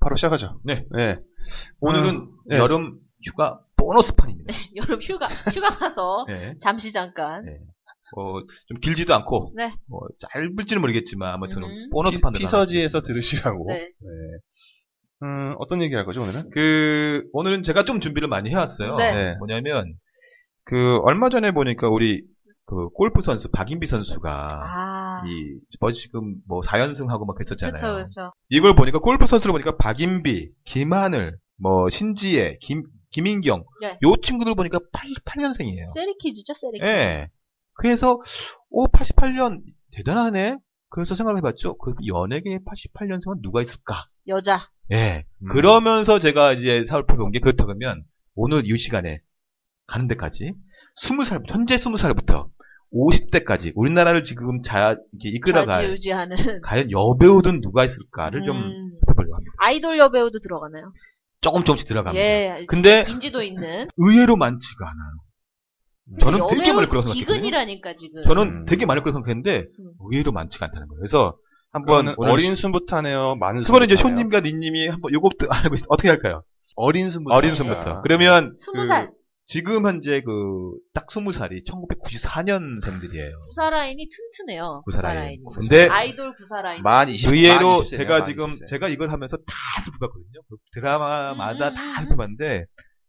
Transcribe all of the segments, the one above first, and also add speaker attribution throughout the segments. Speaker 1: 바로 시작하죠.
Speaker 2: 네.
Speaker 1: 예.
Speaker 2: 오늘은
Speaker 1: 음, 네.
Speaker 2: 여름 휴가 보너스판입니다.
Speaker 3: 여름 휴가 휴가 가서
Speaker 2: 네.
Speaker 3: 잠시 잠깐
Speaker 2: 네. 어, 좀 길지도 않고
Speaker 3: 네.
Speaker 2: 뭐 짧을지는 모르겠지만 아무튼
Speaker 3: 음.
Speaker 2: 보너스판으로
Speaker 1: 피, 서지에서 들으시라고.
Speaker 3: 네.
Speaker 1: 네. 음, 어떤 얘기 할 거죠, 오늘은?
Speaker 2: 그 오늘은 제가 좀 준비를 많이 해왔어요.
Speaker 3: 네.
Speaker 1: 네.
Speaker 2: 뭐냐면 그 얼마 전에 보니까 우리 그 골프 선수 박인비 선수가
Speaker 3: 아
Speaker 2: 어, 이 뭐 지금 뭐 4연승하고 막 그랬었잖아요.
Speaker 3: 그렇죠 그렇죠
Speaker 2: 이걸 보니까 골프 선수를 보니까 박인비, 김하늘, 뭐 신지혜, 김 김인경
Speaker 3: 네.
Speaker 2: 요 친구들 보니까 88년생이에요.
Speaker 3: 세리키즈죠 세리키즈
Speaker 2: 예. 그래서, 오, 88년, 대단하네? 그래서 생각을 해봤죠. 그 연예계에 88년생은 누가 있을까?
Speaker 3: 여자
Speaker 2: 예.
Speaker 1: 음.
Speaker 2: 그러면서 제가 이제 살펴본 게 그렇다면, 오늘 이 시간에 가는 데까지, 20살, 현재 20살부터 50대까지, 우리나라를 지금 자, 이렇게 이끌어갈,
Speaker 3: 좌지우지하는
Speaker 2: 과연 여배우든 누가 있을까를 좀
Speaker 3: 음.
Speaker 2: 살펴보려고 합니다.
Speaker 3: 아이돌 여배우도 들어가나요?
Speaker 2: 조금 조금씩 들어갑니다.
Speaker 3: 예
Speaker 2: 근데,
Speaker 3: 인지도 있는
Speaker 2: 의외로 많지가 않아요. 저는 되게
Speaker 3: 여배우
Speaker 2: 많을 거라고 생각했거든요.
Speaker 3: 음. 기근이라니까 지금
Speaker 2: 저는
Speaker 1: 음.
Speaker 2: 되게 많을 거라고 생각했는데
Speaker 3: 음.
Speaker 2: 의외로 많지가 않다는 거예요. 그래서 한번
Speaker 1: 그거는
Speaker 2: 오늘
Speaker 1: 어린 순부터 하네요, 많은
Speaker 2: 그거는 이제
Speaker 1: 순부터 하네요?
Speaker 2: 쇼님과 니님이 한번 요것도 알고 있, 어떻게 할까요?
Speaker 1: 어린 아. 순부터.
Speaker 2: 어린
Speaker 1: 하니까.
Speaker 2: 순부터. 그러면
Speaker 3: 스무 살
Speaker 2: 그 지금 현재 그 딱 스무 살이 1994년생들이에요. 그
Speaker 3: 구사라인이 튼튼해요
Speaker 2: 구사라인. 네.
Speaker 3: 구사라인
Speaker 2: 근데
Speaker 3: 그 아이돌 구사라인
Speaker 1: 만 20,
Speaker 2: 의외로
Speaker 1: 만 20세 네요,
Speaker 2: 제가
Speaker 1: 만
Speaker 2: 지금
Speaker 1: 20세.
Speaker 2: 제가 이걸 하면서 다 살펴봤거든요. 그 드라마마다
Speaker 3: 음,
Speaker 2: 다
Speaker 3: 음, 음.
Speaker 2: 살펴봤는데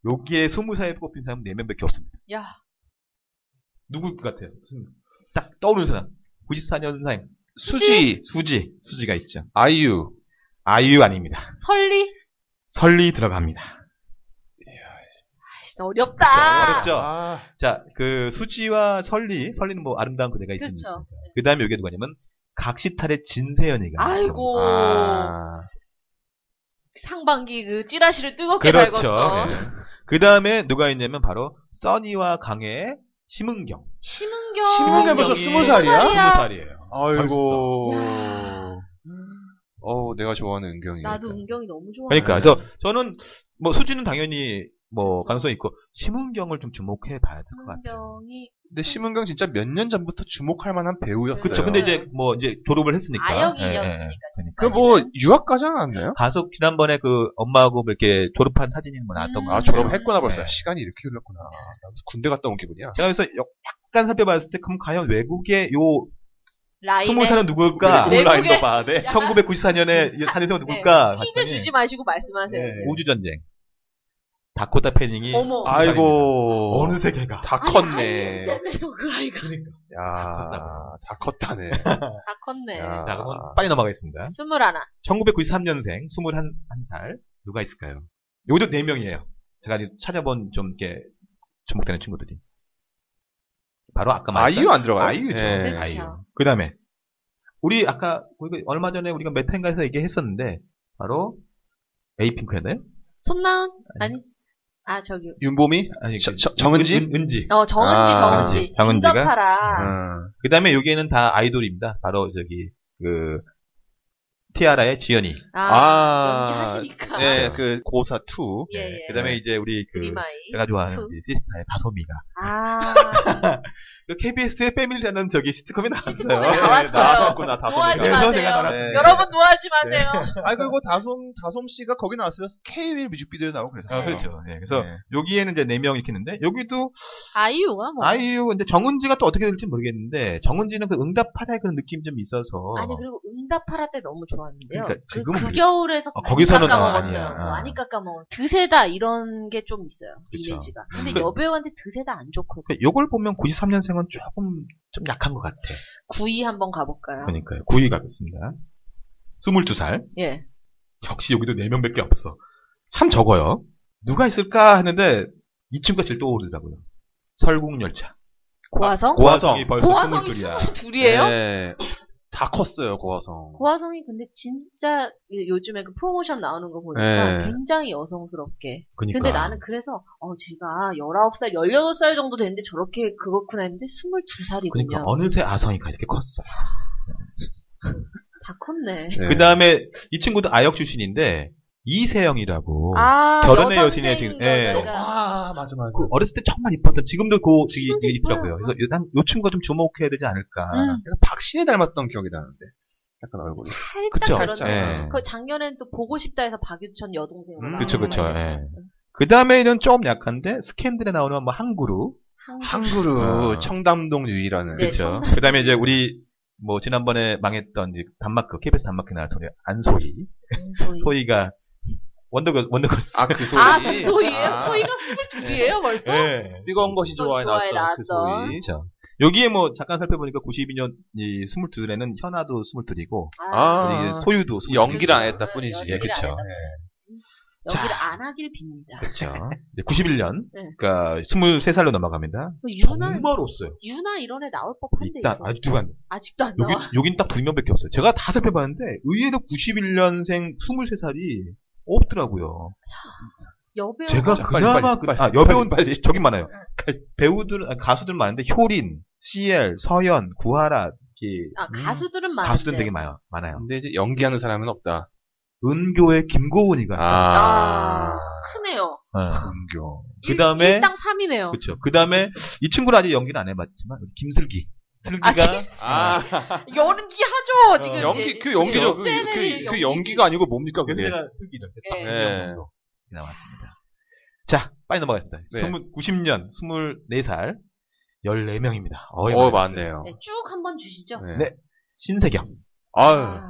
Speaker 2: 여기에 스무 살에 뽑힌 사람 네 명밖에 없습니다.
Speaker 3: 야
Speaker 2: 누굴 것 같아요? 무슨 딱 떠오르는 사람. 94년생
Speaker 1: 수지,
Speaker 2: 수지 수지가 있죠.
Speaker 1: 아이유.
Speaker 2: 아이유 아닙니다.
Speaker 3: 설리
Speaker 2: 설리 들어갑니다.
Speaker 3: 진짜 어렵다
Speaker 2: 그렇죠.
Speaker 1: 아,
Speaker 2: 자, 그 수지와 설리, 설리는 뭐 아름다운 그대가 있습니다.
Speaker 3: 그렇죠
Speaker 2: 그 다음에 여기 누가냐면 각시탈의 진세연이가.
Speaker 3: 아이고
Speaker 1: 아.
Speaker 3: 상반기 그 찌라시를 뜨겁게
Speaker 2: 그렇죠.
Speaker 3: 달궜어
Speaker 2: 그 다음에 누가 있냐면 바로 써니와 강의 심은경.
Speaker 3: 심은경
Speaker 1: 심은경 벌써
Speaker 2: 심은경이
Speaker 1: 스무 살이야?
Speaker 2: 스무 살이에요.
Speaker 1: 아이고.
Speaker 3: 야.
Speaker 1: 어우, 내가 좋아하는 은경이.
Speaker 3: 나도 은경이 너무 좋아.
Speaker 2: 그러니까 그래서 저는 뭐 수지는 당연히 뭐 가능성 이 있고 심은경을 좀 주목해 봐야 될 것 같아요.
Speaker 3: 은경이
Speaker 1: 근데 심은경 진짜 몇 년 전부터 주목할 만한 배우였어요.
Speaker 2: 그렇죠. 근데 이제 뭐 이제 졸업을 했으니까.
Speaker 3: 네. 아역이었으니까 그러니까
Speaker 2: 예, 예.
Speaker 3: 지금.
Speaker 1: 그 뭐, 유학 가지 않았나요?
Speaker 2: 가서 지난번에 그 엄마하고 이렇게 졸업한 사진이 뭐 나왔던
Speaker 3: 음.
Speaker 2: 거.
Speaker 1: 아, 졸업했구나 벌써.
Speaker 2: 네.
Speaker 1: 시간이 이렇게 흘렀구나. 나 군대 갔다 온 기분이야.
Speaker 2: 제가 그래서 역- 약간 살펴봤을 때 그럼 과연 외국의 요 스무
Speaker 3: 라인에
Speaker 2: 살은 누굴까?
Speaker 3: 외국의-
Speaker 2: 온라인도 봐야 돼.
Speaker 3: 약간-
Speaker 2: 1994년에 사내생은 누굴까?
Speaker 3: 퀴즈 주지 마시고 말씀하세요.
Speaker 1: 네.
Speaker 2: 우주 전쟁. 다코타 패닝이 스무
Speaker 3: 어머.
Speaker 2: 살입니다.
Speaker 1: 아이고.
Speaker 2: 어느 세계가
Speaker 1: 다
Speaker 3: 아니,
Speaker 2: 예.
Speaker 1: 컸네.
Speaker 3: 아니, 쌤에서 그 아이가
Speaker 2: 그러니까.
Speaker 1: 야, 다 컸다네.
Speaker 3: 다 컸네.
Speaker 1: 야.
Speaker 2: 자, 그러면 빨리 넘어가겠습니다.
Speaker 3: 스물 하나.
Speaker 2: 1993년생 21살 누가 있을까요? 요도 네 명이에요. 제가 지금 찾아본 좀 이렇게 주목되는 친구들이. 바로 아까 말했던
Speaker 1: 아이유 안 들어가요?
Speaker 2: 아이유죠.
Speaker 1: 예.
Speaker 2: 아이유. 네. 그다음에 우리 아까 우리가 얼마 전에 우리가 메탄가에서 얘기했었는데 바로 에이핑크였나요?
Speaker 3: 손나은 아니 아 저기
Speaker 1: 윤보미?
Speaker 2: 아니
Speaker 1: 저-
Speaker 2: 그-
Speaker 1: 저- 정은지?
Speaker 2: 은- 은지.
Speaker 3: 어 정은지
Speaker 1: 아,
Speaker 3: 정은지
Speaker 2: 정은지가?
Speaker 3: 김전파라
Speaker 1: 음.
Speaker 2: 그다음에 여기에는 다 아이돌입니다. 바로 저기 그 티아라의 지연이.
Speaker 1: 아,
Speaker 3: 연기하시니까
Speaker 1: 예, 그 고사 2.
Speaker 3: 예, 예.
Speaker 2: 그다음에 이제 우리 그
Speaker 3: 그리마이
Speaker 2: 제가 좋아하는
Speaker 3: 투.
Speaker 2: 이제 시스타의 다솜이가
Speaker 3: 아
Speaker 2: 그 KBS의 패밀리라는 저기 시트콤에 나왔어요.
Speaker 3: 시트콤에
Speaker 2: 예,
Speaker 3: 나왔어요.
Speaker 1: 네, 나왔구나, 다솜이가.
Speaker 3: 노하지
Speaker 2: 그래서 제가
Speaker 3: 마세요.
Speaker 2: 나왔어요.
Speaker 1: 네.
Speaker 3: 여러분 노하지 마세요.
Speaker 2: 네.
Speaker 1: 아, 그리고 다솜, 다솜 씨가 거기 나왔어요. K-윌 뮤직비디오에 나오고 그랬어요.
Speaker 2: 아, 그렇죠. 예, 그래서
Speaker 1: 네.
Speaker 2: 여기에는 이제 네 명 이렇게 있는데 여기도
Speaker 3: 아이유가 뭐
Speaker 2: 아이유 근데 정은지가 또 어떻게 될지 모르겠는데 정은지는 그 응답하라의 그런 느낌이 좀 있어서
Speaker 3: 아니 그리고 응답하라 때 너무 좋았는데요.
Speaker 2: 그러니까
Speaker 3: 그,
Speaker 2: 지금은
Speaker 3: 그
Speaker 2: 우리-
Speaker 3: 겨울에서
Speaker 2: 어,
Speaker 3: 많이
Speaker 2: 거기서는
Speaker 3: 깎아먹었어요.
Speaker 2: 아니야. 아.
Speaker 3: 많이 깎아먹은 드세다 이런 게 좀 있어요.
Speaker 2: 그쵸.
Speaker 3: 이미지가. 근데
Speaker 2: 그-
Speaker 3: 여배우한테 드세다 안 좋거든.
Speaker 2: 그러니까 요걸 보면 93년생은 조금 좀 약한 것 같아.
Speaker 3: 구이 한번 가볼까요?
Speaker 2: 그러니까요. 9위 가겠습니다. 22살.
Speaker 3: 예.
Speaker 2: 역시 여기도 4명밖에 없어. 참 적어요. 누가 있을까 하는데 이 친구가 제일 떠오르더라고요. 설국열차.
Speaker 3: 고화성?
Speaker 2: 아, 고화성이
Speaker 1: 고화성.
Speaker 2: 벌써
Speaker 3: 고화성이
Speaker 2: 22이야.
Speaker 3: 스물둘이에요?
Speaker 1: 네. 다 컸어요 고화성.
Speaker 3: 고화성이 근데 진짜 이- 요즘에 그 프로모션 나오는 거 보니까
Speaker 2: 네. 그러니까.
Speaker 3: 굉장히 여성스럽게.
Speaker 2: 그니까.
Speaker 3: 근데 나는 그래서 어 제가 19살, 18살 정도 됐는데 저렇게 그거구나 했는데 22살이군요.
Speaker 2: 그니까 그러니까 어느새 아성이가 이렇게 컸어.
Speaker 3: 다 컸네.
Speaker 1: 네.
Speaker 2: 그 다음에 이 친구도 아역 출신인데 이세영이라고.
Speaker 3: 아,
Speaker 2: 어. 결혼의
Speaker 3: 여선생인
Speaker 2: 여신이에요, 지금.
Speaker 3: 거,
Speaker 2: 예.
Speaker 3: 제가.
Speaker 1: 아 맞아 맞아.
Speaker 2: 그 어렸을 때 정말 이뻤던 지금도 그 저기
Speaker 3: 지금도
Speaker 2: 있더라고요.
Speaker 3: 이뻐요.
Speaker 2: 그래서 일단 요 친구가 좀 주목해야 되지 않을까.
Speaker 3: 음.
Speaker 1: 약간 박신혜 닮았던 기억이 나는데. 약간 얼굴이.
Speaker 2: 그쵸,
Speaker 3: 살짝 다르죠.
Speaker 2: 예.
Speaker 3: 그 작년엔 또 보고 싶다 해서 박유천 여동생으로
Speaker 1: 음,
Speaker 3: 나온
Speaker 2: 그쵸, 그쵸,
Speaker 3: 거예요.
Speaker 2: 예. 그 다음에는 좀 약한데 스캔들에 나오는 뭐 한구루.
Speaker 3: 한국-
Speaker 1: 항구르
Speaker 2: 아.
Speaker 1: 청담동 유이라는.
Speaker 3: 네.
Speaker 2: 그렇죠.
Speaker 3: 정말.
Speaker 2: 그다음에 이제 우리 뭐 지난번에 망했던 이제 단마크 KBS 단마크 나왔던 우리 안소희
Speaker 3: 소희.
Speaker 2: 소희가 원더걸 원더걸스
Speaker 1: 아그 소리.
Speaker 3: 아, 그 소희예요?
Speaker 1: 아.
Speaker 3: 소희가 22예요, 벌써? 네.
Speaker 2: 예
Speaker 1: 뜨거운 것이
Speaker 3: 또
Speaker 1: 좋아해
Speaker 3: 좋아해
Speaker 1: 나왔던 그
Speaker 3: 나왔던.
Speaker 1: 소리.
Speaker 2: 그렇죠 여기에 뭐 잠깐 살펴보니까 92년 이 22에는 현아도 22이고
Speaker 1: 아.
Speaker 2: 이게 소유도 22.
Speaker 1: 연기를 안 했다 뿐이지.
Speaker 3: 연기를
Speaker 2: 그쵸.
Speaker 3: 안 했다 뿐이지. 연기를
Speaker 2: 자.
Speaker 3: 안 하길 빕니다.
Speaker 2: 그렇죠 91년
Speaker 3: 네.
Speaker 2: 그러니까 23살로 넘어갑니다
Speaker 3: 뭐 유나,
Speaker 2: 정말 없어요
Speaker 3: 유나 이런 애 나올 법한데.
Speaker 2: 일단 아주 두간
Speaker 3: 아직도 안
Speaker 2: 여기
Speaker 3: 나와.
Speaker 2: 여긴 딱 두 명밖에 없어요 제가 다 살펴봤는데 의외로 91년생 23살이 없더라고요
Speaker 3: 여배우.
Speaker 2: 제가
Speaker 1: 자,
Speaker 2: 그나마
Speaker 1: 빨리,
Speaker 2: 그-
Speaker 1: 빨리,
Speaker 2: 아
Speaker 1: 빨리,
Speaker 2: 여배우는
Speaker 1: 빨리,
Speaker 2: 빨리 저기 많아요. 배우들 아, 가수들 많은데 효린, CL, 서연, 구하라 이렇게
Speaker 3: 아, 가수들은 많아.
Speaker 2: 가수들 되게 많아요. 많아요.
Speaker 1: 근데 이제 연기하는 사람은 없다.
Speaker 2: 은교의 김고은이가
Speaker 1: 아.
Speaker 3: 크네요.
Speaker 1: 은교.
Speaker 2: 그 다음에
Speaker 3: 일당 3이네요.
Speaker 2: 그렇죠. 그 다음에 이 친구는 아직 연기는 안 해봤지만 우리 김슬기,
Speaker 3: 아,
Speaker 2: 슬기가
Speaker 1: 아.
Speaker 3: 연기하죠, 지금.
Speaker 2: 어,
Speaker 1: 연기 그 연기죠. 그, 그,
Speaker 3: 그,
Speaker 1: 그 연기가 아니고 뭡니까 그게.
Speaker 2: 연기가 슬기 이렇게 딱
Speaker 3: 예.
Speaker 2: 네. 정도 나왔습니다. 자, 빨리 넘어가겠습니다.
Speaker 1: 네.
Speaker 2: 20, 90년 24살 14명입니다.
Speaker 1: 어,
Speaker 2: 어이, 많았어요.
Speaker 1: 어 맞네요.
Speaker 3: 네, 쭉 한번 주시죠.
Speaker 2: 네. 신세경,
Speaker 1: 예. 아유.
Speaker 3: 아,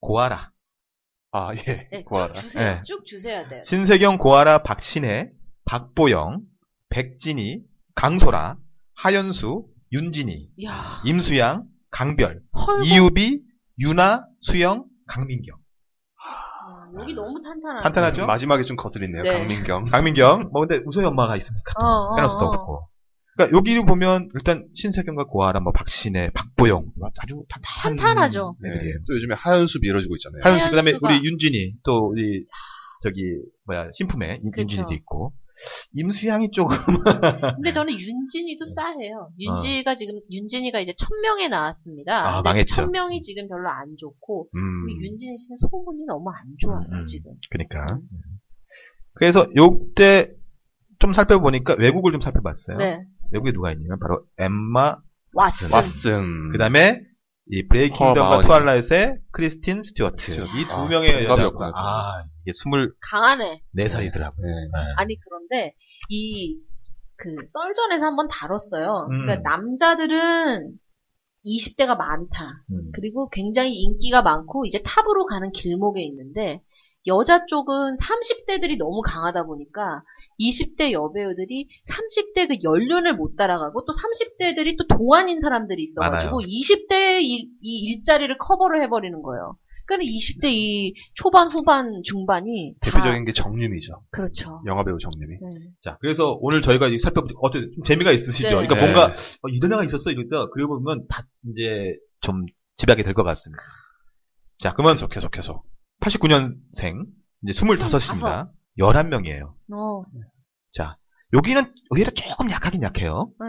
Speaker 2: 고아라,
Speaker 1: 아 예.
Speaker 3: 네,
Speaker 1: 고아라.
Speaker 3: 쭉 주세요.
Speaker 2: 네.
Speaker 3: 쭉 주셔야 돼요.
Speaker 2: 신세경, 고아라, 박신혜, 박보영, 백진희, 강소라, 하연수, 윤진희,
Speaker 3: 이야,
Speaker 2: 임수양, 강별,
Speaker 3: 헐.
Speaker 2: 이유비, 유나, 수영, 강민경.
Speaker 3: 뭐, 음, 여기 너무 탄탄하네.
Speaker 2: 탄탄- 탄탄하죠?
Speaker 1: 마지막에 좀 거슬리네요.
Speaker 3: 네.
Speaker 1: 강민경.
Speaker 2: 강민경, 뭐 근데 우소희 엄마가 있으니까
Speaker 3: 어, 어,
Speaker 2: 빼놓지도
Speaker 3: 어.
Speaker 2: 못했고. 그러니까 여기를 보면 일단 신세경과 고아라, 뭐 박신혜, 박보영 뭐 아주 탄탄한
Speaker 3: 탄탄하죠.
Speaker 1: 네.
Speaker 2: 애들이에요.
Speaker 1: 또 요즘에 하연수 밀어주고 있잖아요.
Speaker 2: 하연수 그다음에
Speaker 3: 하연수가-
Speaker 2: 우리 윤진이 또 우리 저기 뭐야 신품에 윤-
Speaker 3: 그쵸.
Speaker 2: 윤진이도 있고 임수양이 조금 음.
Speaker 3: 근데 저는 윤진이도 싸해요. 윤지가 지금 윤진이가 이제 천 명에 나왔습니다.
Speaker 2: 아,
Speaker 3: 근데
Speaker 2: 망했죠.
Speaker 3: 천 명이 지금 별로 안 좋고 우리
Speaker 1: 음.
Speaker 3: 윤진이 씨는 소문이 너무 안 좋아요
Speaker 2: 음, 음.
Speaker 3: 지금.
Speaker 2: 그러니까. 그래서 요때 좀 살펴보니까 외국을 좀 살펴봤어요.
Speaker 3: 네.
Speaker 2: 외국에 누가 있냐면 바로 엠마,
Speaker 3: 왓슨.
Speaker 1: 왓슨.
Speaker 2: 그다음에 이
Speaker 1: 어,
Speaker 2: 브레이킹덤과
Speaker 1: 마오니.
Speaker 2: 트와일라잇의 크리스틴 스튜어트
Speaker 1: 스튜어트.
Speaker 2: 이 두
Speaker 1: 아,
Speaker 2: 명의 여자
Speaker 1: 동갑이었구나, 또.
Speaker 2: 아 이게 24살이더라고요.
Speaker 3: 강하네.
Speaker 1: 네.
Speaker 3: 아니 그런데 이 그 썰전에서 한번 다뤘어요.
Speaker 2: 음.
Speaker 3: 그러니까 남자들은 20대가 많다.
Speaker 2: 음.
Speaker 3: 그리고 굉장히 인기가 많고 이제 탑으로 가는 길목에 있는데 여자 쪽은 30대들이 너무 강하다 보니까 20대 여배우들이 30대 그 연륜을 못 따라가고 또 30대들이 또 동안인 사람들이 있어가지고
Speaker 2: 많아요.
Speaker 3: 20대 이, 이 일자리를 커버를 해버리는 거예요. 그러니까 20대 이 초반 후반 중반이 다
Speaker 1: 대표적인 게 정유미죠.
Speaker 3: 그렇죠.
Speaker 1: 영화 배우 정유미.
Speaker 3: 네.
Speaker 2: 자 그래서 오늘 저희가 이제 살펴보니 어쨌든 좀 재미가 있으시죠.
Speaker 3: 네.
Speaker 2: 그러니까
Speaker 1: 네.
Speaker 2: 뭔가 어, 이런 애가 있었어 이러다 그러고 보면 다 이제 좀 집약이 될 것 같습니다. 자 그러면
Speaker 1: 계속 계속 계속.
Speaker 2: 89년생 이제 25입니다. 11명이에요.
Speaker 3: 어,
Speaker 2: 자, 여기는 의외로 조금 약하긴 약해요.
Speaker 3: 네.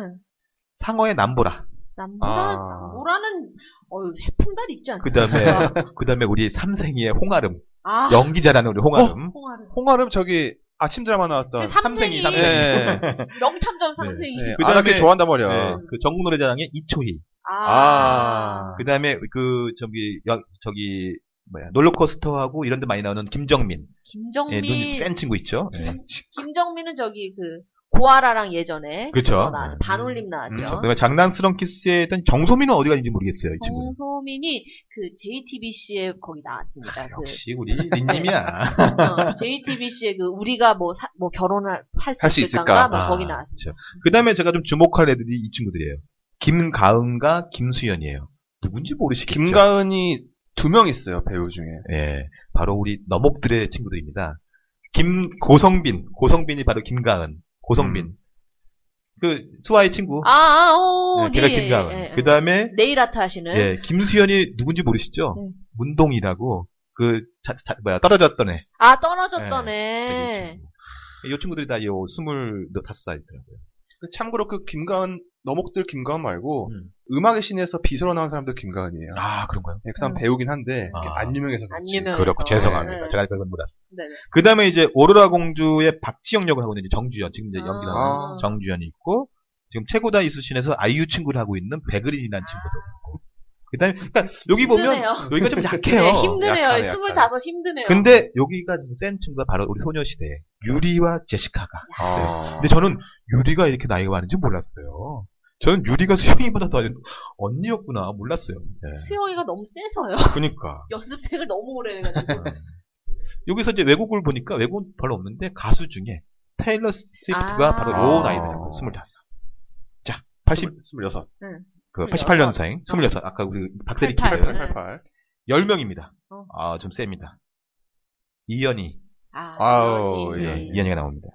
Speaker 2: 상어의 남보라.
Speaker 3: 남보라,
Speaker 1: 아.
Speaker 3: 남보라는 어유 해풍달 있지 않나?
Speaker 2: 그 다음에, 그 다음에 우리 삼생이의 홍아름.
Speaker 3: 아,
Speaker 2: 연기자라는 우리 홍아름.
Speaker 1: 어?
Speaker 3: 홍아름.
Speaker 1: 홍아름 저기 아침 드라마
Speaker 2: 그
Speaker 1: 나왔던.
Speaker 3: 삼생이,
Speaker 2: 삼생이.
Speaker 1: 네.
Speaker 3: 명탐정 삼생이.
Speaker 1: 네.
Speaker 2: 그다음에-
Speaker 1: 아, 나 걔 좋아한단 말이야.
Speaker 2: 네, 그 전국 노래자랑의 이초희.
Speaker 3: 아.
Speaker 1: 아.
Speaker 2: 그 다음에 그, 저기, 여- 저기, 뭐야, 롤러코스터하고 이런 데 많이 나오는 김정민. 예,
Speaker 3: 김정민.
Speaker 2: 눈센 친구 있죠. 예.
Speaker 3: 김정민은 저기 그 고아라랑 예전에
Speaker 2: 그쵸.
Speaker 3: 그거 나왔죠.
Speaker 2: 네.
Speaker 3: 반올림
Speaker 2: 그렇죠.
Speaker 3: 나왔죠.
Speaker 2: 그다음에 장난스러운 키스에 일단 정소민은 어디 갔는지 모르겠어요, 이 친구는.
Speaker 3: 정소민이 그 JTBC에 거기 나왔습니다. 그
Speaker 2: 아,
Speaker 3: 네.
Speaker 2: 역시 우리 린님이야.
Speaker 3: JTBC에 그 우리가 뭐, 사- 뭐 결혼할 할수
Speaker 1: 할수
Speaker 3: 있을까?
Speaker 1: 있을까?
Speaker 3: 뭐 거기
Speaker 2: 아,
Speaker 3: 나왔습니다.
Speaker 2: 그렇죠. 그 다음에 제가 좀 주목할 애들이 이 친구들이에요. 김가은과 김수연이에요. 누군지 모르시겠죠?
Speaker 1: 김가은이 두 명 있어요 배우 중에.
Speaker 2: 예, 바로 우리 너목들의
Speaker 1: 음.
Speaker 2: 친구들입니다. 김 고성빈, 고성빈이 바로 김가은, 고성빈. 그 수아의 친구.
Speaker 3: 아, 아, 오,
Speaker 2: 네, 걔가
Speaker 3: 예,
Speaker 2: 김장은.
Speaker 3: 예, 예.
Speaker 2: 그 다음에
Speaker 3: 네일 아트 하시는.
Speaker 2: 예, 김수현이 누군지 모르시죠?
Speaker 3: 네.
Speaker 2: 문동이라고 그 자, 자, 뭐야 떨어졌던 애.
Speaker 3: 아, 떨어졌던
Speaker 2: 예, 되게
Speaker 3: 애.
Speaker 2: 친구. 이 친구들이 다요 25살이더라고요.
Speaker 1: 그 참고로 그 김가은 너목들 김가은 말고
Speaker 2: 음.
Speaker 1: 음악의 신에서 비서로 나온 사람도 김가은이에요.
Speaker 2: 아, 그런가요?
Speaker 1: 예, 그 사람
Speaker 3: 음.
Speaker 1: 배우긴 한데
Speaker 2: 아.
Speaker 1: 이렇게 안 유명해서
Speaker 3: 안
Speaker 1: 그렇지.
Speaker 3: 유명해서.
Speaker 2: 그렇고 죄송합니다.
Speaker 3: 네.
Speaker 2: 제가 별건 몰랐어요.
Speaker 3: 네, 네.
Speaker 2: 그 다음에 이제 오로라 공주의 박지영 역을 하고 있는 이제 정주현 지금 이제
Speaker 3: 아.
Speaker 2: 연기하는
Speaker 1: 나오는
Speaker 2: 정주현이 있고 지금 최고다 이수신에서 아이유 친구를 하고 있는 백그린이라는 친구도 있고 그다음에 그러니까 여기
Speaker 3: 힘드네요.
Speaker 2: 보면 여기가 좀 약해요.
Speaker 3: 네, 힘드네요.
Speaker 1: 약하네, 약하네.
Speaker 3: 25 힘드네요.
Speaker 2: 근데 여기가 좀센 친구가 바로 우리 소녀시대 유리와 제시카가.
Speaker 1: 아.
Speaker 2: 근데 저는 유리가 이렇게 나이가 많은지 몰랐어요. 저는 유리가 수영이보다 더 언니였구나 몰랐어요. 네.
Speaker 3: 수영이가 너무 세서요.
Speaker 2: 그러니까 네.
Speaker 3: 연습생을 너무 오래 해가지고.
Speaker 2: 여기서 이제 외국을 보니까 외국은 별로 없는데 가수 중에 테일러 스위프트가
Speaker 3: 아.
Speaker 2: 바로 요 나이더라고요. 25. 자, 80,
Speaker 1: 26.
Speaker 2: 그
Speaker 3: 26.
Speaker 2: 88년생, 26. 아까 우리 박대리
Speaker 3: 팔팔.
Speaker 2: 키를
Speaker 1: 8888.
Speaker 2: 10명입니다.
Speaker 3: 어.
Speaker 2: 아, 좀 셉니다. 이연희,
Speaker 3: 아,
Speaker 1: 아우,
Speaker 3: 연이.
Speaker 1: 예,
Speaker 2: 예, 이연희가 나옵니다.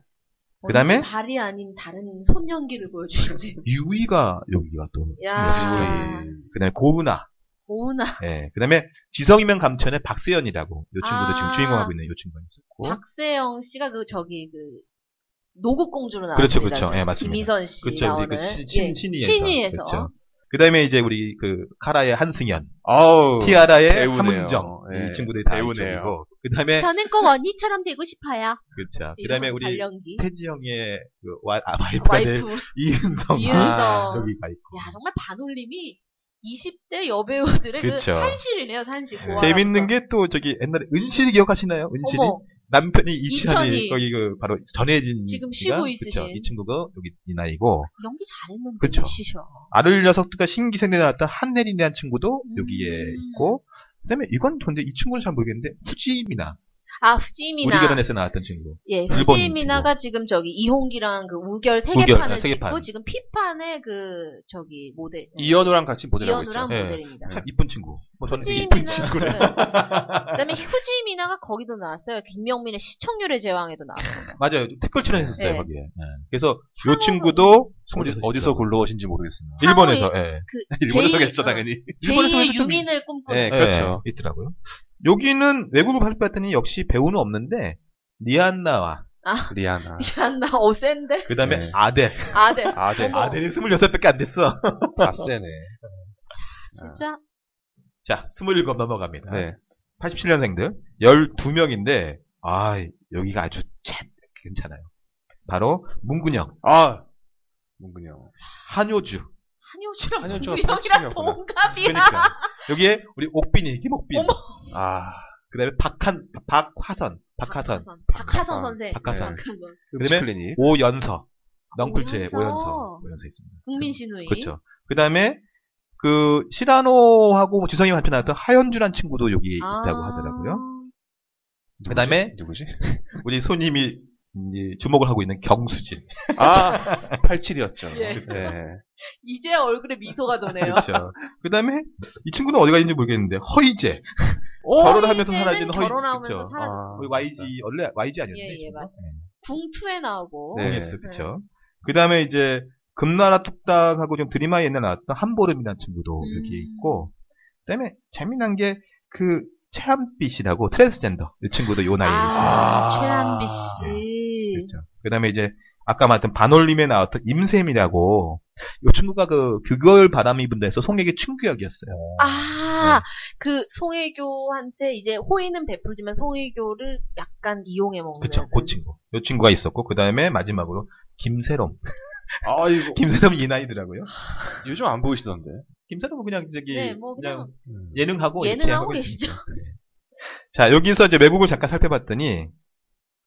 Speaker 3: 어느
Speaker 2: 그다음에?
Speaker 3: 발이 아닌 다른 손연기를 보여주는지.
Speaker 2: 유이가 여기가 또
Speaker 3: 야.
Speaker 2: 유이. 그다음에 고은아,
Speaker 3: 고은아,
Speaker 2: 예, 그다음에 지성이면 감천의 박세연이라고 이 친구도
Speaker 3: 아.
Speaker 2: 지금 주인공하고 있는 이 친구가 있었고
Speaker 3: 박세영 씨가 그 저기 그 노국공주로 나왔
Speaker 2: 그렇죠, 그렇죠. 예, 맞습니다.
Speaker 3: 김희선 씨
Speaker 2: 그렇죠, 우리
Speaker 3: 나오는 예,
Speaker 2: 그 신- 신, 신이에서
Speaker 3: 신이에서. 어?
Speaker 2: 그렇죠. 그다음에 이제 우리 그 카라의 한승연,
Speaker 1: 아우.
Speaker 2: 티아라의
Speaker 1: 어, 배우네요.
Speaker 2: 함은정
Speaker 1: 예,
Speaker 2: 이 친구들이 다
Speaker 1: 배우네요.
Speaker 2: 이쪽이고 그다음에
Speaker 3: 저는 꼭 언니처럼 되고 싶어요.
Speaker 2: 그렇죠.
Speaker 3: 이런
Speaker 2: 그다음에 우리
Speaker 3: 발연기.
Speaker 2: 태지 형의 그 와, 아,
Speaker 3: 아,
Speaker 2: 와이프가 될
Speaker 3: 와이프.
Speaker 2: 이은성
Speaker 3: 이은성.
Speaker 2: 아, 여기가 있고
Speaker 3: 야 정말 반올림이 20대 여배우들의 그
Speaker 2: 그쵸.
Speaker 3: 산실이네요 산실.
Speaker 2: 예.
Speaker 3: 고아라서.
Speaker 2: 재밌는 게 또 저기 옛날에 은실이 기억하시나요? 은실이
Speaker 3: 어머,
Speaker 2: 남편이 이찬이
Speaker 3: 이찬희.
Speaker 2: 거기 그 바로 전혜진
Speaker 3: 지금
Speaker 2: 씨가
Speaker 3: 쉬고
Speaker 2: 그쵸.
Speaker 3: 있으신.
Speaker 2: 이 친구가 여기 이 나이고
Speaker 3: 연기 잘했는데
Speaker 2: 그쵸.
Speaker 3: 시셔.
Speaker 2: 아들 녀석들과 신기생대 나왔던 한내린이라는 친구도
Speaker 3: 음.
Speaker 2: 여기에 있고 그다음에 이건 근데 이 친구는 잘 모르겠는데 후지미나
Speaker 3: 아
Speaker 2: 우리
Speaker 3: 후지미나.
Speaker 2: 결혼해서 나왔던 친구
Speaker 3: 예,
Speaker 2: 일본인
Speaker 3: 후지미나가 지금 저기 이홍기랑 그 우결
Speaker 2: 우결,
Speaker 3: 세계판을
Speaker 2: 아, 세계판.
Speaker 3: 찍고 지금 피판에 그 저기 모델
Speaker 1: 이현우랑 같이 모델하고 있죠.
Speaker 3: 이현우랑
Speaker 2: 있죠. 예.
Speaker 3: 모델입니다.
Speaker 2: 참 이쁜 친구 뭐 저는 되게 이쁜
Speaker 3: 네. 후지미나
Speaker 2: 친구래
Speaker 3: 네. 그다음에 후지미나가 거기도 나왔어요. 김명민의 시청률의 제왕에도 나왔어요.
Speaker 2: 맞아요 댓글 출연했었어요
Speaker 3: 예.
Speaker 2: 거기에 예. 그래서
Speaker 3: 향후도-
Speaker 2: 이 친구도
Speaker 1: 어디,
Speaker 2: 스물여섯
Speaker 1: 어디서
Speaker 2: 시죠.
Speaker 1: 굴러오신지 모르겠습니다.
Speaker 2: 일본에서 예.
Speaker 3: 그
Speaker 1: 일본에서겠죠,
Speaker 3: 제이-
Speaker 1: 당연히.
Speaker 2: 일본에서는
Speaker 3: 제2의
Speaker 2: 좀-
Speaker 3: 유민을 꿈꾸는
Speaker 1: 네, 그렇죠.
Speaker 2: 예, 있더라고요. 여기는 외국을 발표했더니 역시 배우는 없는데 니안나와
Speaker 1: 리아나.
Speaker 3: 미안나 어센데
Speaker 2: 그 다음에
Speaker 1: 네.
Speaker 2: 아델 네,
Speaker 3: 아들
Speaker 1: 아델.
Speaker 3: 어머.
Speaker 2: 아델이 26밖에 안 됐어
Speaker 1: 다 세네.
Speaker 2: 아.
Speaker 3: 진짜
Speaker 2: 자 27 넘어갑니다
Speaker 1: 네.
Speaker 2: 87년생들 12명인데 아 여기가 아주 참 괜찮아요. 바로 문근영,
Speaker 1: 아. 뭔군요.
Speaker 2: 한효주
Speaker 3: 한효주랑
Speaker 1: 한효주가
Speaker 3: 문구형이랑
Speaker 1: 87이었구나.
Speaker 3: 동갑이야.
Speaker 2: 그러니까 여기에 우리 옥빈이 김옥빈
Speaker 3: 어머.
Speaker 1: 아.
Speaker 2: 그다음에 박한 박화선
Speaker 3: 아,
Speaker 2: 박하선
Speaker 3: 박하선 선생.
Speaker 2: 박하선
Speaker 1: 네.
Speaker 3: 박하선.
Speaker 2: 그다음에
Speaker 1: 클리닉.
Speaker 2: 오연서 넝쿨제
Speaker 3: 오연서. 네.
Speaker 2: 오연서 오연서 있습니다.
Speaker 3: 국민 신우이.
Speaker 2: 그렇죠. 그다음에 그 시라노하고 뭐 지성이 같이 나왔던 하현주란 친구도 여기
Speaker 3: 아.
Speaker 2: 있다고 하더라고요. 그다음에
Speaker 1: 누구지?
Speaker 2: 우리 손님이 이제 주목을 하고 있는 경수진.
Speaker 1: 아, 87이었죠.
Speaker 3: 예.
Speaker 1: 네.
Speaker 3: 이제 얼굴에 미소가 도네요.
Speaker 2: 그렇죠. 그다음에 이 친구는 어디 가있는지 모르겠는데 허이제. 결혼을 하면서 사라지는 허이.
Speaker 3: 결혼하면서
Speaker 2: 그쵸.
Speaker 3: 사라져.
Speaker 4: 아.
Speaker 2: 우리 YG 원래 YG 아니었나요?
Speaker 3: 예, 예,
Speaker 2: 친구가?
Speaker 3: 궁투에 나오고.
Speaker 1: 네.
Speaker 2: 공예스 그렇죠. 그다음에 이제 금나라 뚝딱하고 좀 드림아이 옛날 나왔던 한보름이라는 친구도
Speaker 3: 음.
Speaker 2: 여기 있고 그다음에 재미난 게 그 최한빛이라고 트랜스젠더 이 친구도 요 나이에
Speaker 3: 아, 예.
Speaker 1: 아.
Speaker 3: 최한비 씨.
Speaker 2: 있어요. 그다음에 이제 아까 말했던 반올림에 나왔던 임샘이라고 이 친구가 그 그걸 바람이 분다에서 송혜교 친구역이었어요. 네.
Speaker 3: 아, 그 송혜교한테 이제 호의는 베풀지만 송혜교를 약간 이용해 먹는.
Speaker 2: 그쵸, 그 친구. 이 친구가 있었고, 그 다음에 마지막으로 김세롬.
Speaker 1: 아, 이거
Speaker 2: 김세롬 이 나이더라고요.
Speaker 1: 요즘 안 보이시던데.
Speaker 2: 김세롬은 그냥 저기,
Speaker 3: 네, 뭐 그냥
Speaker 4: 음.
Speaker 2: 예능하고 이렇게
Speaker 3: 예능하고
Speaker 2: 하고
Speaker 3: 계시죠.
Speaker 2: 있으니까. 네. 자 여기서 이제 외국을 잠깐 살펴봤더니